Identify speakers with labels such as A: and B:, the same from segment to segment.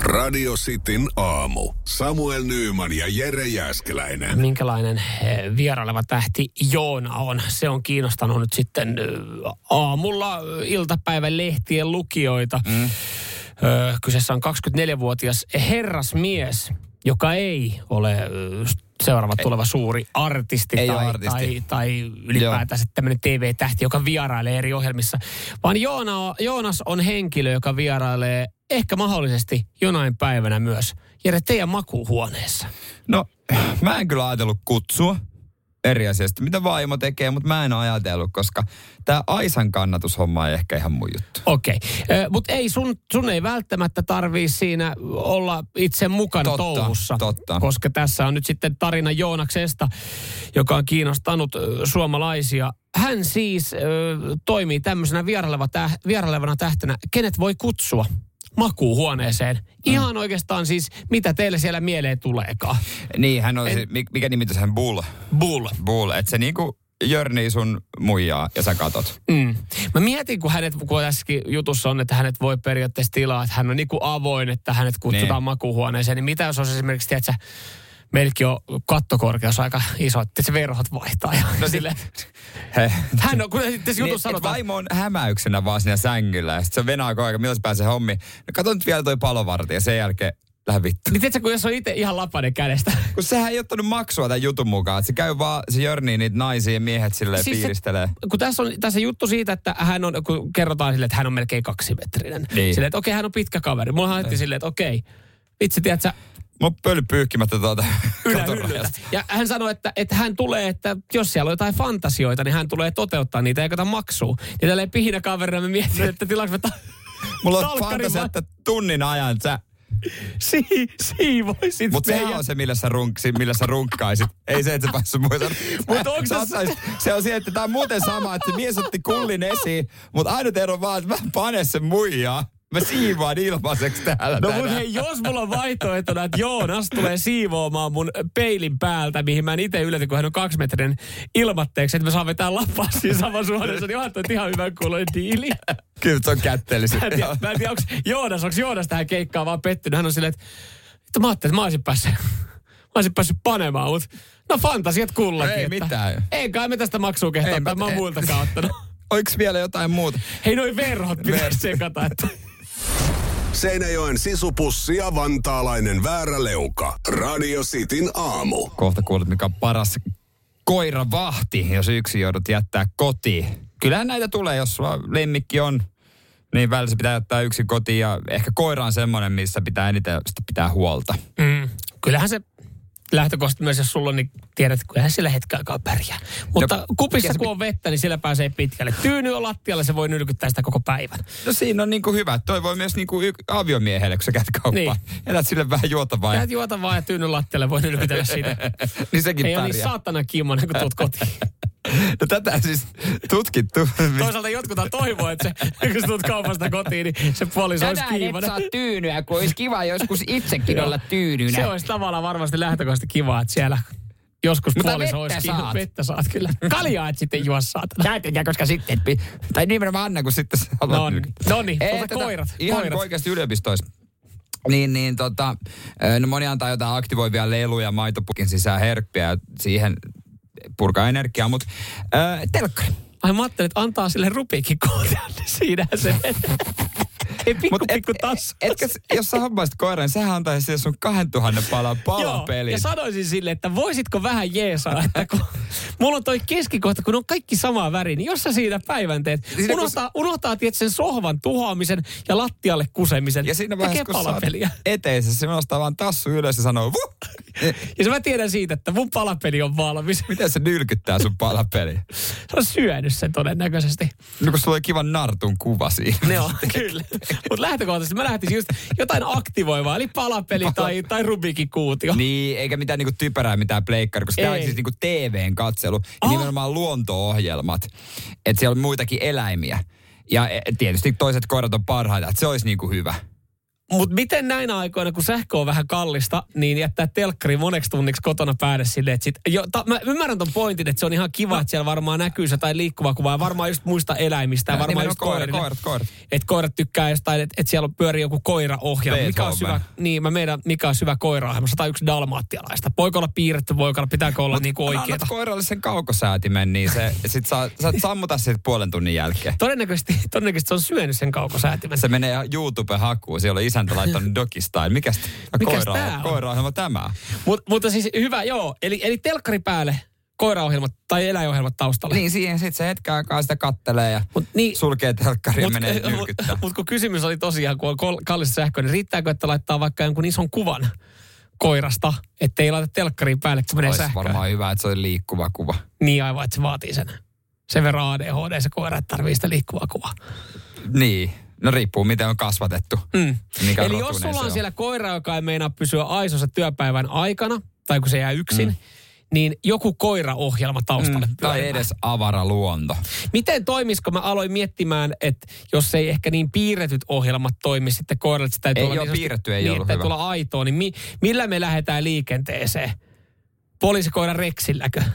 A: Radio Cityn aamu. Samuel Nyyman ja Jere Jäskeläinen.
B: minkälainen eh, vieraileva tähti Joona on. Se on kiinnostanut nyt sitten eh, aamulla eh, iltapäivän lehtien lukijoita. Mm. Kyseessä on 24-vuotias herrasmies, joka ei ole eh, seuraava tuleva suuri artisti,
C: Ei
B: tai,
C: ole artisti.
B: tai, tai ylipäätänsä tämmöinen TV-tähti, joka vierailee eri ohjelmissa, vaan Joona, on- Joonas on henkilö, joka vierailee ehkä mahdollisesti jonain päivänä myös Jere teidän makuuhuoneessa.
C: No, mä en kyllä ajatellut kutsua eri asiasta, mitä vaimo tekee, mutta mä en ole ajatellut, koska tämä Aisan kannatushomma ei ehkä ihan mun juttu.
B: Okei, mutta ei sun, sun ei välttämättä tarvii siinä olla itse mukana
C: Totta,
B: touhussa.
C: totta.
B: Koska tässä on nyt sitten tarina Joonaksesta, joka on kiinnostanut ö, suomalaisia. Hän siis ö, toimii tämmöisenä vieraileva täh, vierailevana tähtenä, kenet voi kutsua makuuhuoneeseen.
C: Mm.
B: Ihan oikeastaan siis, mitä teille siellä mieleen tuleekaan.
C: Niin, hän on, se, mi- mikä nimitys hän, Bull.
B: Bull.
C: Bull, että se niinku jörnii sun muijaa ja sä katot.
B: Mm. Mä mietin, kun hänet, kun tässäkin jutussa on, että hänet voi periaatteessa tilaa, että hän on niin kuin avoin, että hänet kutsutaan
C: Niin.
B: makuuhuoneeseen, niin mitä jos on esimerkiksi, tiedätkö, meilläkin on kattokorkeus aika iso, että se verhot vaihtaa. Ja no, sille,
C: He.
B: hän on, kun sitten tässä
C: Niin,
B: jutussa
C: et
B: sanotaan,
C: vaimo on hämäyksenä vaan siinä sängyllä ja sit se venaa koko ajan, milloin se pääsee hommiin. No kato nyt vielä toi palovartija ja sen jälkeen lähde vittu.
B: niin tiedätkö, kun jos on itse ihan lapanen kädestä.
C: Kun sehän ei ottanut maksua tämän jutun mukaan. Et se käy vaan, se jörnii niitä naisia ja miehet silleen siis
B: Siis se-
C: piiristelee. Se...
B: Kun tässä on tässä juttu siitä, että hän on, kun kerrotaan sille, että hän on melkein kaksimetrinen.
C: Niin.
B: Silleen, että okei, hän on pitkä kaveri. Mulla haettiin silleen, että okei, vitsi, tiedätkö,
C: Mä oon pöly pyyhkimättä tuota tuolta
B: ylähyllyltä. Ja hän sanoi, että, että hän tulee, että jos siellä on jotain fantasioita, niin hän tulee toteuttaa niitä eikä kata maksua. Ja tälleen pihinä kaverina me mietin, että tilaanko me ta-
C: Mulla on
B: Talkkarin
C: fantasia,
B: vai-
C: että tunnin ajan sä...
B: si- siivoisit
C: Mut sehän
B: meidät.
C: on se, millä sä, runksi, millä sä runkkaisit. Ei se, että sä päässyt muista.
B: Mut onks se-
C: siis- Se on se, että tää on muuten sama, että se mies otti kullin esiin, mutta ainut ero on vaan, että mä panen sen muijaa. Mä siivaan ilmaiseksi täällä
B: No
C: tänään.
B: mut hei, jos mulla on vaihtoehtona, että Joonas tulee siivoamaan mun peilin päältä, mihin mä en itse ylläty, kun hän on kaksimetrinen ilmatteeksi, että mä saan vetää lappaa siinä samassa huoneessa, niin onhan toi ihan hyvän kuuloinen diili.
C: Kyllä se on kättelisin.
B: Mä en tiedä, mä en tiedä onko Joonas, onko Joonas tähän keikkaan vaan pettynyt. Hän on silleen, että, että mä ajattelin, että mä olisin päässyt, mä olisin päässyt panemaan, mutta no fantasiat kullakin.
C: Ei
B: että,
C: mitään.
B: Ei kai me tästä maksua kehtaa,
C: Ei
B: mä,
C: mä-
B: mä oon
C: ei.
B: muiltakaan ottanut.
C: Oiks vielä jotain muuta?
B: Hei noi verhot pitää
C: Ver-
B: sekata. Että.
A: Seinäjoen sisupussi ja vantaalainen vääräleuka. Radio Cityn aamu.
C: Kohta kuulet, mikä on paras koiravahti, jos yksi joudut jättää kotiin. Kyllähän näitä tulee, jos sulla lemmikki on, niin välillä se pitää jättää yksi kotiin. Ja ehkä koira on semmoinen, missä pitää eniten sitä pitää huolta.
B: Mm, kyllähän se lähtökohta myös, jos sulla on, niin tiedät, että kyllähän sillä hetken aikaa pärjää. Mutta
C: No,
B: kupissa
C: ja se
B: kun
C: pit-
B: on vettä, niin siellä pääsee pitkälle. Tyyny on lattialla, se voi nylkyttää sitä koko päivän.
C: No siinä on niinku hyvä. Toi voi myös niinku y- aviomiehelle, kun sä käyt kauppaan. Niin. Elät sille vähän juotavaa.
B: Sä
C: Ja...
B: et juota vaan ja tyyny lattialle voi nylkytellä sitä.
C: niin sekin
B: Ei ole niin
C: pärjää.
B: saatana kimmonen, kun tulet kotiin.
C: no tätä siis tutkittu.
B: Niin. Toisaalta jotkut toivoo, että se, kun sä tulet kaupasta kotiin, niin se puoliso olisi kiivana.
C: tyynyä, kun olisi kiva joskus itsekin
B: olla
C: tyynynä.
B: Se olisi tavallaan varmasti lähtökohtaisesti kiva, että siellä joskus
C: Mutta
B: puoliso
C: vettä
B: olisi
C: saat.
B: kiivana. Vettä saat kyllä. Kaljaa et sitten juo saatana.
C: Täytyy, koska sitten, tai nimenomaan Anna, kun sitten sä alat-
B: No niin. No niin,
C: Ei, tota,
B: mutta koirat,
C: Ihan
B: koirat.
C: kun oikeasti yliopistoissa. Niin, niin tota, ö, no moni antaa jotain aktivoivia leluja, maitopukin sisään herppiä, ja siihen purkaa energiaa, mutta äh, telkkari.
B: Ai mä ajattelin, että antaa sille rupikin kohtaan, niin siinähän se menee. Ei pikku,
C: Mut et-
B: pikku tassu.
C: Etkä, s- jos sä hommaisit koiran, niin sähän antaisit sille sun 2000 palan palapelin.
B: ja sanoisin sille, että voisitko vähän jeesaa, että kun mulla on toi keskikohta, kun on kaikki samaa väriä, niin jos sä siinä päivän teet,
C: Siinä kun-
B: unohtaa, unohtaa tiedät sen sohvan tuhoamisen ja lattialle kusemisen.
C: ja siinä vaiheessa,
B: Tekee
C: kun sä oot
B: palapeliä.
C: eteisessä, se nostaa vaan tassu ylös ja sanoo, Vuh!
B: Ja se mä tiedän siitä, että mun palapeli on valmis.
C: miten se nylkyttää sun palapeli?
B: Se on syönyt sen todennäköisesti.
C: No kun sulla oli kivan nartun kuva siinä.
B: Ne on, kyllä. Mutta lähtökohtaisesti mä lähtisin just jotain aktivoivaa, eli palapeli tai, tai rubikin kuutio.
C: Niin, eikä mitään niinku typerää mitään pleikkari, koska tämä on
B: Ei.
C: siis niinku TVn katselu,
B: Ah.
C: oh. nimenomaan luonto-ohjelmat. Että siellä on muitakin eläimiä. Ja e, tietysti toiset koirat on parhaita, että se olisi niinku hyvä.
B: Mutta miten näinä aikoina, kun sähkö on vähän kallista, niin jättää telkkari moneksi tunniksi kotona päälle silleen, että sit, jo, ta, mä ymmärrän ton pointin, että se on ihan
C: No.
B: kiva, että siellä varmaan näkyy se tai liikkuva kuva ja varmaan just muista eläimistä ja varmaan just
C: koirat,
B: koirille.
C: koirat, koirat.
B: Että koirat tykkää jostain, että et siellä on pyörii joku koiraohjelma. Mikä on syvä,
C: Beethoven.
B: niin, mä meidän, mikä on syvä koiraohjelma? 101 dalmaattialaista. Voiko olla piirretty, voiko olla, pitääkö olla niinku
C: Annat
B: oikeeta?
C: koiralle sen kaukosäätimen, niin se, sit saa, sä et sammuta sit puolen tunnin jälkeen.
B: Todennäköisesti, todennäköisesti se on syönyt sen kaukosäätimen.
C: Se menee YouTubehakuun, siellä on isäntä laittanut dokistain. Mikäs,
B: Mikäs
C: koira,
B: tää on?
C: koiraohjelma tämä?
B: Mut, mutta siis hyvä, joo. Eli, eli telkkari päälle, koiraohjelmat tai eläinohjelmat taustalle.
C: Niin siihen sitten se hetken aikaa sitä kattelee ja
B: Mut niin-
C: sulkee telkkari ja
B: Mut-
C: menee
B: mut-
C: nyrkyttää.
B: mut kun kysymys oli tosiaan, kun on kol- kallis sähkö, niin riittääkö, että laittaa vaikka jonkun ison kuvan koirasta, ettei laita telkkariin päälle, kun menee
C: Olisi
B: Niin sähköä.
C: varmaan hyvä, että se oli liikkuva kuva.
B: Niin aivan, että se vaatii sen. Sen verran ADHD se koira, että tarvii sitä liikkuvaa kuvaa.
C: Niin, no riippuu miten on kasvatettu.
B: Mm.
C: Mikä
B: Eli
C: rotunen
B: jos
C: se
B: sulla on
C: on.
B: siellä koira, joka ei meinaa pysyä aisossa työpäivän aikana, tai kun se jää yksin, mm. niin joku koiraohjelma taustalle mm,
C: Tai edes avaraluonto.
B: Miten toimis, kun mä aloin miettimään, että jos ei ehkä niin piirretyt ohjelmat toimi sitten koiralle, että sitä
C: Ei
B: täytyy olla
C: oo,
B: niin sanotusti-
C: piirretty ei
B: niin,
C: ollut
B: että
C: hyvä.
B: täytyy olla aitoa, niin mi, millä me lähdetään liikenteeseen? Poliisikoira reksilläkö?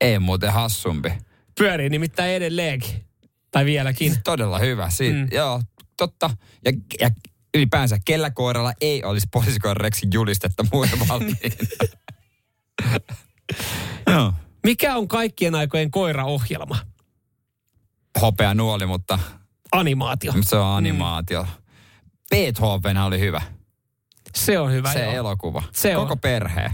C: Ei muuten hassumpi.
B: Niin. Pyörii nimittäin edelleenkin. Tai vieläkin.
C: Todella hyvä. Siitä, mm. Joo, totta. Ja, ja ylipäänsä kellä koiralla ei olisi poliisikoireksi julistetta muuten valmiina. joo.
B: Mikä on kaikkien aikojen koiraohjelma?
C: Hopea nuoli, mutta
B: Animaatio.
C: mutta se on animaatio. Mm. Beethoven oli hyvä.
B: Se on hyvä.
C: se
B: joo.
C: elokuva.
B: Se on.
C: Koko perhe.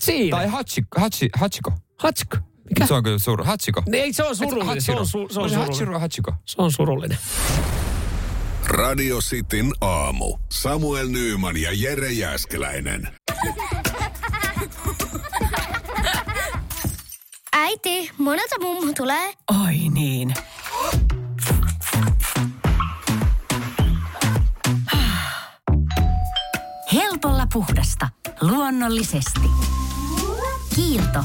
B: Siinä.
C: Tai Hachiko. Hachi, Hachiko.
B: Hatsk. Mikä?
C: Se on kyllä suru. Hachiko.
B: Ne, Ei, se on surullinen. Se on, su, se on surullinen.
C: Hachiro Hachiko.
B: Se on surullinen.
A: Radio Cityn aamu. Samuel Nyyman ja Jere Jäskeläinen.
D: Äiti, monelta mummu tulee?
E: Oi niin. Helpolla puhdasta. Luonnollisesti. Kiilto.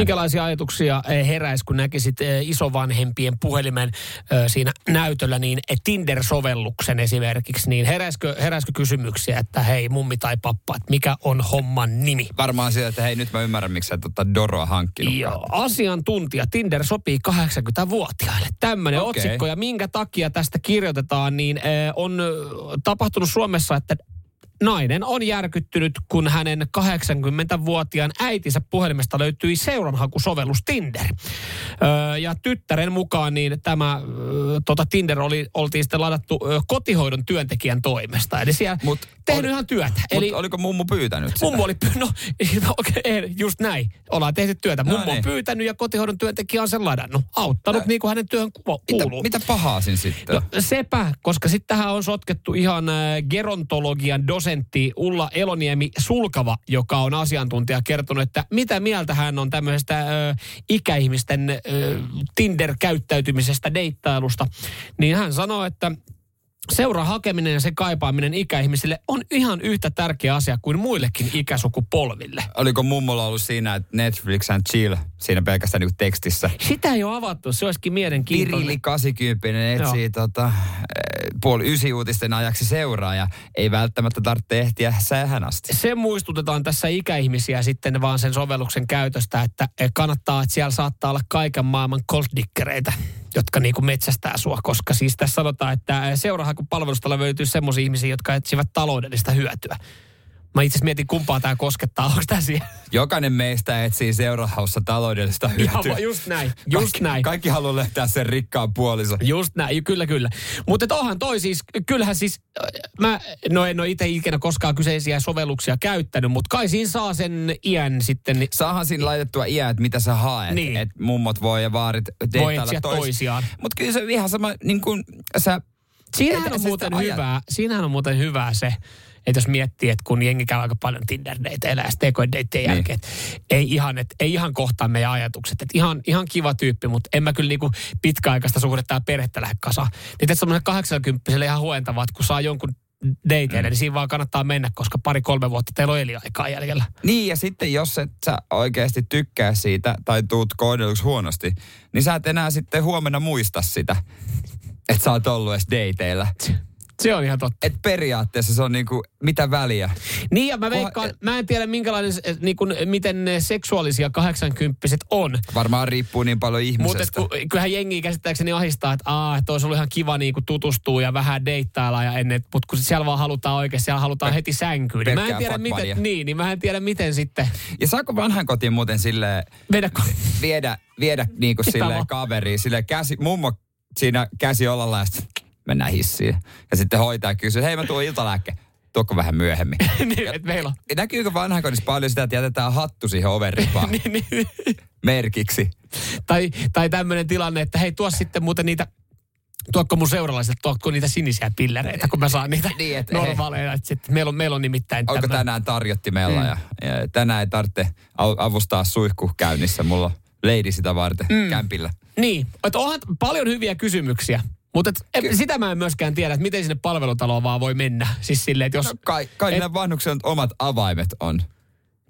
B: Minkälaisia ajatuksia eh, heräisi, kun näkisit eh, isovanhempien puhelimen eh, siinä näytöllä, niin eh, Tinder-sovelluksen esimerkiksi, niin heräisikö, heräisikö kysymyksiä, että hei mummi tai pappa, että mikä on homman nimi?
C: Varmaan sieltä, että hei nyt mä ymmärrän, miksi sä et ottaa Doroa hankkinut.
B: Joo, asiantuntija Tinder sopii 80-vuotiaille. Tämmöinen
C: Okei.
B: otsikko ja minkä takia tästä kirjoitetaan, niin eh, on ö, tapahtunut Suomessa, että nainen on järkyttynyt, kun hänen 80-vuotiaan äitinsä puhelimesta löytyi seuranhakusovellus Tinder. Öö, ja tyttären mukaan niin tämä öö, tota Tinder oli, oltiin sitten ladattu öö, kotihoidon työntekijän toimesta. Eli siellä Mut
C: Mut
B: tehnyt
C: oli-
B: ihan työtä.
C: Mut
B: Eli
C: oliko mummu pyytänyt sitä?
B: Mummo oli pyytänyt, no, okay, just näin, ollaan tehty työtä.
C: No
B: Mummo on
C: niin.
B: pyytänyt ja kotihoidon työntekijä on sen ladannut, auttanut niin kuin hänen työhön kuva- kuuluu.
C: Mitä, mitä pahaa siinä sitten?
B: No,
C: No.
B: sepä, koska sitten tähän on sotkettu ihan äh, gerontologian dosentti Ulla Eloniemi Sulkava, joka on asiantuntija kertonut, että mitä mieltä hän on tämmöisestä äh, ikäihmisten äh, Tinder-käyttäytymisestä, deittailusta. Niin hän sanoo, että Seuran hakeminen ja sen kaipaaminen ikäihmisille on ihan yhtä tärkeä asia kuin muillekin ikäsukupolville.
C: Oliko mummolla ollut siinä, että Netflix and chill siinä pelkästään niinku tekstissä?
B: Sitä ei ole avattu, se olisikin mielenkiintoinen.
C: Pirilli 80 etsii tota, eh, puoli ysi uutisten ajaksi seuraa ja ei välttämättä tarvitse ehtiä sähän asti.
B: se muistutetaan tässä ikäihmisiä sitten vaan sen sovelluksen käytöstä, että kannattaa, että siellä saattaa olla kaiken maailman kolddikkereitä, jotka niin kuin metsästää sua, koska siis tässä sanotaan, että seurahan kun palvelusta löytyy semmoisia ihmisiä, jotka etsivät taloudellista hyötyä. Mä itse asiassa mietin, kumpaa tämä koskettaa. Onko tämä siellä?
C: Jokainen meistä etsii seurahaussa taloudellista hyötyä.
B: Joo, just näin. Just
C: kaikki,
B: näin.
C: Kaikki haluaa löytää sen rikkaan puolison.
B: Just näin, kyllä kyllä. Mutta onhan toi siis, kyllähän siis, äh, mä no en ole itse ikinä koskaan kyseisiä sovelluksia käyttänyt, mutta kai siinä saa sen iän sitten. niin-
C: Saahan siinä laitettua iää, että mitä sä haet.
B: Niin.
C: Et mummot voi ja vaarit deittailla
B: etsiä toisiaan.
C: Mutta kyllä se on ihan sama, niin kuin sä...
B: Siinähän
C: et-
B: on,
C: sä sitä
B: muuten
C: ajat.
B: hyvää, siinähän on muuten hyvää se, että jos miettii, että kun jengi käy aika paljon Tinder-deiteillä ja Stekoid-deittien
C: Niin.
B: niin. jälkeen, että ei ihan, et, ei ihan kohtaa meidän ajatukset. Et ihan, ihan kiva tyyppi, mutta en mä kyllä niinku pitkäaikaista suhdetta ja perhettä lähde kasaan. Niin että semmoinen 80 ihan huentavaa, että kun saa jonkun deiteille, mm. niin siinä vaan kannattaa mennä, koska pari-kolme vuotta teillä on eliaikaa jäljellä.
C: Niin, ja sitten jos et sä oikeasti tykkää siitä tai tuut kohdelluksi huonosti, niin sä et enää sitten huomenna muista sitä, että sä oot ollut edes dateilla.
B: Se on ihan totta.
C: Et periaatteessa se on niinku, mitä väliä.
B: Niin ja mä veikkaan, mä en tiedä minkälainen, se- niin kun, miten seksuaalisia 80 on.
C: Varmaan riippuu niin paljon
B: Mutta
C: ihmisestä.
B: kyllähän jengi käsittääkseni ahistaa, että aah, että olisi ollut ihan kiva niin tutustua ja vähän deittailla ja ennen, mutta kun siellä vaan halutaan oikein, siellä halutaan heti sänkyyn. Niin mä en
C: pelkkää
B: tiedä
C: fuckbudya.
B: miten, niin, niin mä en tiedä miten sitten
C: Ja saako vanhan kotiin muuten silleen
B: vedä ko-
C: viedä, viedä niinku
B: Mitä
C: silleen
B: vaan.
C: kaveriin, silleen käsi, mummo siinä käsi olalla ja sitten mennään hissiin. Ja sitten hoitaja kysyy, hei mä tuun iltalääkkeen, tuokko vähän myöhemmin.
B: niin, että meillä on.
C: Näkyykö vanhakodissa paljon sitä, että jätetään hattu siihen overipaan
B: Niin, niin.
C: merkiksi?
B: tai, tai tämmöinen tilanne, että hei tuo sitten muuten niitä Tuokko mun seuralaiset, tuokko niitä sinisiä pillereitä, kun mä saan niitä
C: Niin, et-
B: normaaleja. Et sit, meillä, on, meillä on nimittäin
C: Onko
B: tämä.
C: tänään tarjottimella mm. ja, ja tänään ei tarvitse au- avustaa suihku käynnissä. Mulla on leidi sitä varten mm. kämpillä.
B: Niin, että onhan paljon hyviä kysymyksiä, mutta et, et, sitä mä en myöskään tiedä, että miten sinne palvelutaloon vaan voi mennä. Siis silleen, että jos...
C: No kai, kai
B: Et-
C: niillä vanhuksilla omat avaimet on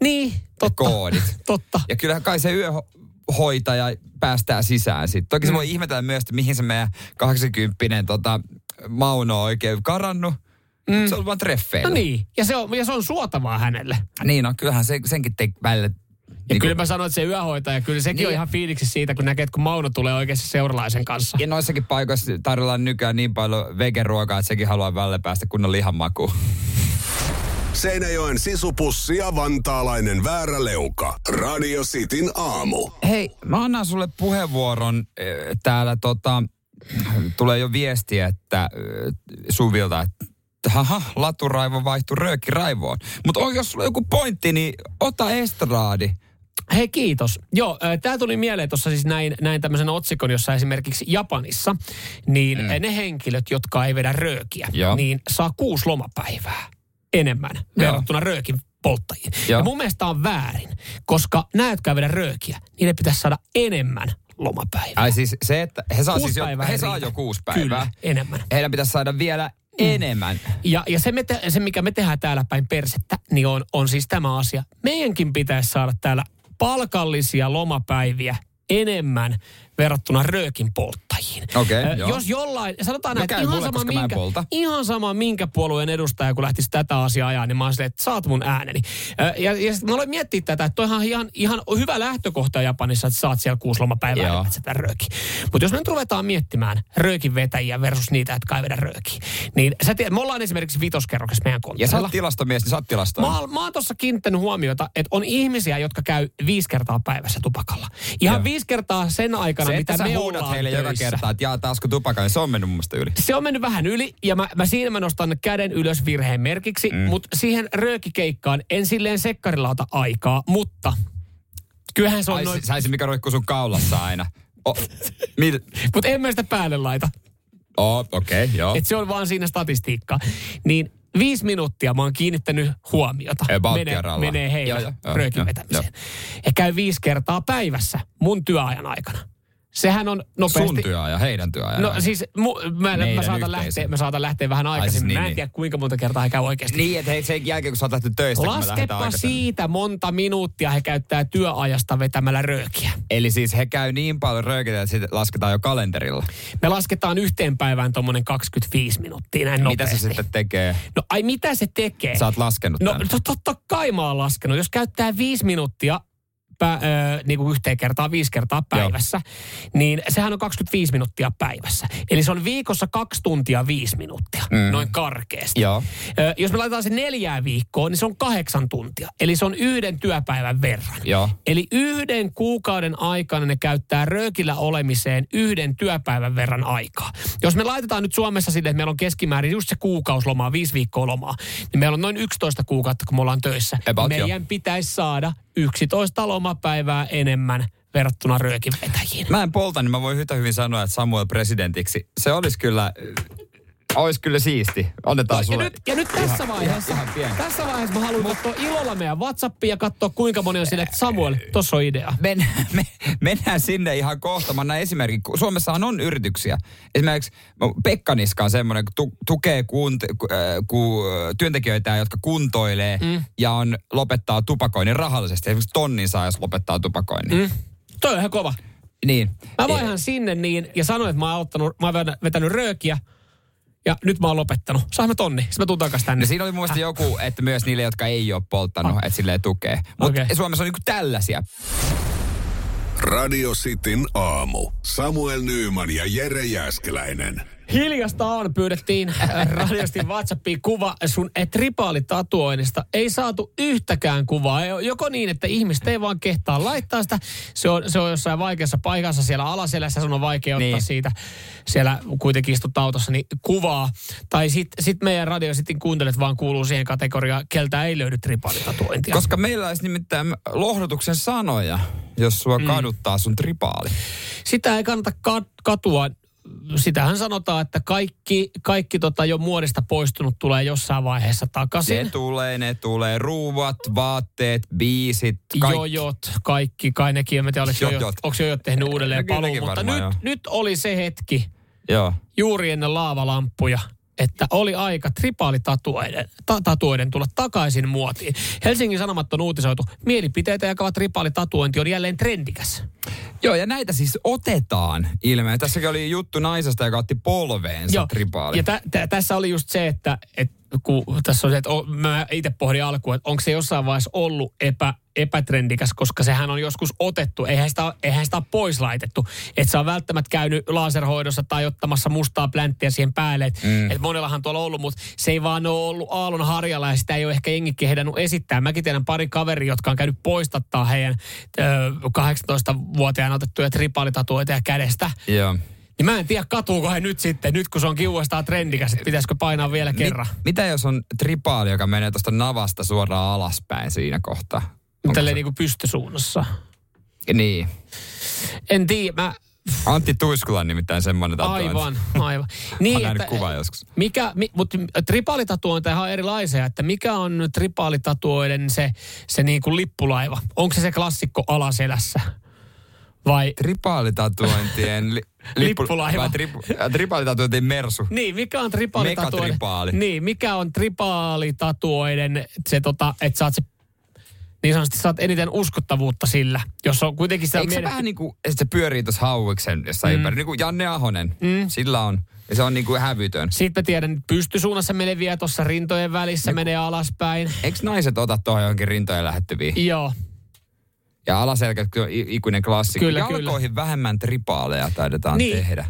B: Niin,
C: ja
B: totta.
C: koodit.
B: Totta.
C: Ja kyllähän kai se yöhoitaja päästää sisään sitten. Toki se
B: Mm.
C: voi ihmetellä myös, että mihin se meidän 80 tota, Mauno on oikein karannut. Mm. Se on vaan treffeillä.
B: No niin, ja se on, ja se on suotavaa hänelle.
C: Niin on, kyllähän se, senkin te välillä... niinku,
B: Ja niin kyllä mä sanoin, että se yöhoitaja, kyllä sekin
C: Niin.
B: niin. on ihan fiiliksi siitä, kun näkee, että kun Mauno tulee oikeasti seuralaisen kanssa.
C: ja noissakin paikoissa tarjolla nykyään niin paljon vegeruokaa, että sekin haluaa välillä päästä kunnon lihan makuun.
A: Seinäjoen sisupussi ja vantaalainen vääräleuka. Radio Cityn aamu.
C: Hei, mä annan sulle puheenvuoron eh, täällä tota, tulee jo viesti, että eh, Suvilta, että haha, laturaivo vaihtui röökiraivoon. Mutta on, jos sulla on joku pointti, niin ota estraadi.
B: Hei, kiitos. Joo, tämä tuli mieleen tuossa siis näin, näin tämmöisen otsikon, jossa esimerkiksi Japanissa, niin mm. ne henkilöt, jotka ei vedä röökiä,
C: Joo.
B: niin saa kuusi lomapäivää enemmän
C: Joo.
B: verrattuna röökin polttajiin.
C: Joo.
B: Ja mun mielestä tää on väärin, koska nämä, jotka ei vedä röökiä, niiden pitäisi saada enemmän lomapäivää.
C: Ai siis se, että he saa,
B: Kuusi
C: siis jo,
B: päivää
C: he
B: ei
C: saa
B: riitä.
C: jo kuusi päivää.
B: Kyllä, enemmän. Mm.
C: Heidän pitäisi saada vielä enemmän.
B: Ja, ja se, me te, se, mikä me tehdään täällä päin persettä, niin on, on siis tämä asia. Meidänkin pitäisi saada täällä palkallisia lomapäiviä enemmän verrattuna röökin polttajiin.
C: Okei,
B: Ö,
C: joo.
B: Jos jollain, sanotaan
C: No
B: näin, että
C: käy
B: ihan,
C: mulle,
B: sama
C: koska mä en
B: minkä,
C: polta.
B: ihan sama minkä puolueen edustaja, kun lähtisi tätä asiaa ajaa, niin mä oon silleen, että saat mun ääneni. Ö, Ja, ja sit mä aloin miettiä tätä, että toihan on ihan, ihan hyvä lähtökohta Japanissa, että saat siellä kuusi lomapäivää,
C: Joo.
B: että sä tämän röökin. Mutta jos me nyt ruvetaan miettimään röökin vetäjiä versus niitä, jotka ei vedä röökiä, niin sä tiedät, me ollaan esimerkiksi vitoskerroksessa meidän
C: Ja sä
B: konttorilla.
C: oot tilastomies, niin sä oot tilastoon.
B: Mä, oon- mä oon tuossa kiinnittänyt huomiota, että on ihmisiä, jotka käy viisi kertaa päivässä tupakalla. Ihan
C: Joo.
B: Joo. viisi kertaa sen aikana,
C: Se,
B: mitä
C: että sä
B: me
C: huudat
B: ollaan
C: heille joka
B: töissä.
C: kerta, että jaa taas kun tupakan, niin se on mennyt mun mielestä yli.
B: Se on mennyt vähän yli ja mä, mä siinä mä nostan käden ylös virheen merkiksi, mm. mutta siihen röökikeikkaan en silleen sekkarilla ota aikaa, mutta kyllähän se on
C: Ai, siis.
B: noin,
C: sä se, mikä roikkuu sun kaulassa aina. O, mil,
B: mutta en mä sitä päälle laita.
C: oh, okei, okay, joo.
B: Että se on vaan siinä statistiikka. Niin viisi minuuttia mä oon kiinnittänyt huomiota.
C: About
B: menee,
C: kerrallaan.
B: menee
C: Joo, joo,
B: heillä
C: joo, joo,
B: röökin vetämiseen. Ja käy viisi kertaa päivässä mun työajan aikana. Sehän on nopeasti...
C: Sun työaja, heidän työaja.
B: No siis mu, mä,
C: Meidän
B: mä, saatan lähteä,
C: yhteisen.
B: mä saatan lähteä vähän
C: siis
B: aikaisemmin.
C: niin,
B: mä en
C: niin.
B: tiedä kuinka monta kertaa he käy oikeasti.
C: Niin, että hei, sen jälkeen kun sä oot lähtenyt töistä, kun me lähdetään
B: Laskepa
C: aikaisemmin.
B: siitä monta minuuttia he käyttää työajasta vetämällä röökiä.
C: Eli siis he käy niin paljon röökitä, että sitten lasketaan jo kalenterilla.
B: Me lasketaan yhteen päivään tuommoinen 25 minuuttia näin
C: Mitä
B: nopeasti.
C: se sitten tekee?
B: No ai mitä se tekee?
C: Sä oot laskenut
B: No
C: tän.
B: to, totta kai mä oon laskenut. Jos käyttää viisi minuuttia pä, ö, niin kuin yhteen kertaan viisi kertaa päivässä, Joo. niin sehän on 25 minuuttia päivässä. Eli se on viikossa kaksi tuntia viisi minuuttia, mm. noin karkeasti.
C: Joo.
B: Ö, jos me laitetaan se neljää viikkoa, niin se on kahdeksan tuntia. Eli se on yhden työpäivän verran.
C: Joo.
B: Eli yhden kuukauden aikana ne käyttää röökillä olemiseen yhden työpäivän verran aikaa. Jos me laitetaan nyt Suomessa sille, että meillä on keskimäärin just se kuukauslomaa, viisi viikkoa lomaa, niin meillä on noin 11 kuukautta, kun me ollaan töissä.
C: About, joo.
B: Meidän pitäisi saada 11 lomapäivää enemmän verrattuna röökinvetäjiin.
C: Mä en polta, niin mä voin yhtä hyvin sanoa, että Samuel presidentiksi. Se olisi kyllä, olisi kyllä siisti. Annetaan
B: Ja
C: sulle.
B: nyt, ja nyt tässä vaiheessa,
C: ihan pieni.
B: tässä vaiheessa mä haluan katsoa ilolla meidän Whatsappia ja katsoa kuinka moni on sille, että Samuel, tossa on idea.
C: Men, me, mennään sinne ihan kohta. Mä annan esimerkin. Ku- Suomessahan on yrityksiä. Esimerkiksi no, Pekka Niska on semmoinen, kun tu, tukee kunt, ku, äh, ku, työntekijöitä, jotka kuntoilee mm. ja on, lopettaa tupakoinnin rahallisesti. Esimerkiksi tonnin saa, jos lopettaa tupakoinnin. Mm.
B: Toi on ihan kova.
C: Niin.
B: Mä
C: Eh,
B: vaihan sinne niin, ja sanoin, että mä oon, ottanut, mä oon vetä- vetänyt röökiä, ja nyt mä oon lopettanut. Sain mä tonni, sitten mä tuun takas tänne.
C: No siinä oli mun mielestä joku, että myös niille, jotka ei ole polttanut, että silleen tukee. Mutta
B: Okei.
C: okay. Suomessa on niinku tällaisia.
A: Radio Cityn aamu. Samuel Nyyman ja Jere Jäskeläinen.
B: Hiljasta on pyydettiin äh, radiosti WhatsAppiin kuva sun äh, tripaalitatuoinnista. Ei saatu yhtäkään kuvaa. Ei oo- Joko niin, että ihmiset ei vaan kehtaa laittaa sitä. Se on, se on jossain vaikeassa paikassa siellä alaselässä. Sun on vaikea ottaa
C: Niin.
B: niin. siitä. Siellä kuitenkin istut autossa, niin kuvaa. Tai sitten sit meidän radio sitten kuuntelet vaan kuuluu siihen kategoriaan, keltä ei löydy tripaalitatuointia.
C: Koska meillä olisi nimittäin lohdutuksen sanoja, jos sua mm. kaduttaa sun tripaali.
B: sitä ei kannata kat- katua. Sitähän sanotaan, että kaikki, kaikki tota jo muodista poistunut tulee jossain vaiheessa takaisin.
C: Ne tulee, ne tulee. Ruuat, vaatteet, biisit, kaikki.
B: Jojot, kaikki, kai nekin, en mä tiedä, oliko
C: Jojot.
B: jojot, onko jojot tehnyt uudelleen
C: No kylläkin
B: paluun, mutta
C: varmaan,
B: nyt,
C: joo.
B: nyt oli se hetki,
C: Joo.
B: juuri ennen laavalamppuja, että oli aika tripaalitatuoiden ta- tatuoiden tulla takaisin muotiin. Helsingin Sanomat on uutisoitu, mielipiteitä jakava tripaalitatuointi on jälleen trendikäs.
C: Joo, ja näitä siis otetaan ilmeen. Tässäkin oli juttu naisesta, joka otti polveensa Joo. tripaali.
B: Ja tä, tä, tässä oli just se, että et, kun tässä on se, että o, mä itse pohdin alkuun, että onko se jossain vaiheessa ollut epä, epätrendikäs, koska sehän on joskus otettu. Eihän sitä, eihän sitä ole pois laitettu. Että se on välttämättä käynyt laserhoidossa tai ottamassa mustaa plänttiä siihen päälle. Että mm. et monellahan tuolla on ollut, mutta se ei vaan ole ollut aallon harjalla ja sitä ei ole ehkä jengi kehdannut esittää. Mäkin tiedän pari kaveria, jotka on käynyt poistattaa heidän ö, 18-vuotiaana otettuja tripalitatuoita kädestä.
C: Joo.
B: Niin mä en tiedä, katuuko he nyt sitten, nyt kun se onkin uudestaan trendikäs, että pitäisikö painaa vielä
C: Niin.
B: kerran.
C: Mi- mitä jos on tripaali, joka menee tuosta navasta suoraan alaspäin siinä kohtaa?
B: Mit, Tälleen niin kuin pystysuunnassa.
C: Niin.
B: En tiedä, mä
C: Antti Tuiskula on nimittäin semmoinen tatuointi.
B: aivan, aivan. Niin,
C: Mä oon nähnyt kuvaa joskus.
B: Mikä, mi, mutta tripaalitatuointeja on erilaisia, että mikä on tripaalitatuoiden se, se niin kuin lippulaiva? Onko se se klassikko alaselässä? Vai,
C: Tripaalitatuointien li- lippu-
B: Lippulaiva.
C: vai tri- äh, tripaalitatuointien mersu.
B: niin, mikä on tripaalitatuoiden?
C: Megatripaali.
B: Niin, mikä on tripaalitatuoiden, se tota, että saat se niin sanotusti saat eniten uskottavuutta sillä, jos on kuitenkin sitä
C: Eikö se
B: mietitty-
C: vähän niin kuin, että se pyörii tuossa hauiksen jossain mm. ympäri, niin kuin Janne Ahonen. Mm. Sillä on. Ja se on niin kuin hävytön.
B: Sitten mä tiedän, että pystysuunnassa menee vielä tuossa rintojen välissä,
C: Niin.
B: menee alaspäin.
C: Eikö naiset ota tuohon johonkin rintojen lähettyviin?
B: Joo,
C: Ja alaselkä on i- ikuinen klassikko.
B: Kyllä,
C: ja
B: kyllä.
C: alkoihin vähemmän tripaaleja taidetaan
B: Niin.
C: tehdä.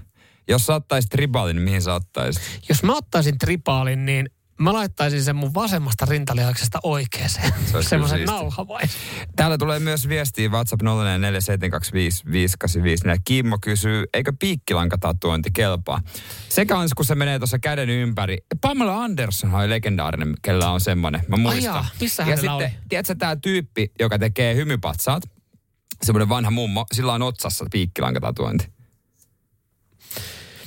C: Jos sä ottaisit tripaalin, niin mihin sä ottaisit?
B: jos mä ottaisin tripaalin, niin mä laittaisin sen mun vasemmasta rintalihaksesta oikeeseen.
C: kyllä
B: Semmoisen
C: siisti.
B: nauhavaisen.
C: Täällä tulee myös viestiä WhatsApp 047255854. Kimmo kysyy, eikö piikkilankatatuointi kelpaa? Se kans, kun se menee tuossa käden ympäri. Pamela Anderson oli legendaarinen, kellä on semmoinen. Mä muistan.
B: jaa, missä
C: ja
B: hänellä
C: sitten,
B: oli?
C: tiedätkö tämä tyyppi, joka tekee hymypatsaat? Semmoinen vanha mummo, sillä on otsassa piikkilankatatuointi.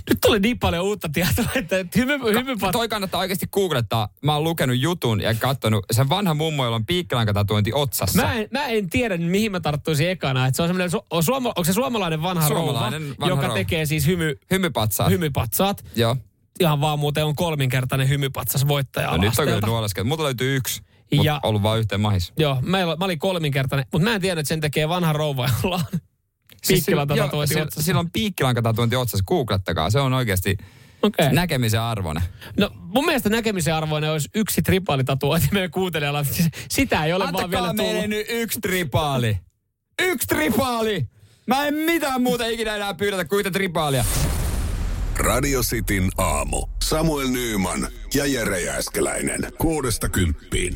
B: Nyt tuli niin paljon uutta tietoa, että että hymy,
C: Ka-
B: hymypat...
C: toi kannattaa oikeasti googlettaa. Mä oon lukenut jutun ja katsonut sen vanha mummo, jolla on piikkilankatatuointi otsassa.
B: Mä en, mä en tiedä, mihin mä tarttuisin ekana. Että se on semmoinen, su, on suoma, onko se suomalainen vanha
C: Suomalainen
B: rouva,
C: vanha
B: joka
C: rouva.
B: tekee siis hymy,
C: Hymypatsaat.
B: hymypatsaat.
C: Joo.
B: Ihan vaan muuten on kolminkertainen hymypatsas voittaja
C: No nyt on kyllä
B: ala-asteelta.
C: nuoleskeltu. Multa löytyy yksi, mutta
B: Ja-
C: ollut vaan yhteen mahis.
B: Joo, mä, mä olin kolminkertainen, mutta mä en tiedä, että sen tekee vanha rouva, jolla on piikkilankatatuointi
C: Siis sillä,
B: otsassa.
C: sillä on piikkilankatatuointi otsassa, googlettakaa. Se on oikeasti
B: Okei.
C: näkemisen arvona.
B: No mun mielestä näkemisen arvoinen olisi yksi tripaalitatuointi meidän kuuntelijalla. Siis Sitä ei ole vaan vielä
C: Antakaa meille
B: tullut.
C: nyt yksi tripaali. Yksi tripaali! Mä en mitään muuta ikinä enää pyydetä kuin yhtä tripaalia.
A: Radio Cityn aamu. Samuel Nyyman ja Jere Jääskeläinen. Kuudesta kymppiin.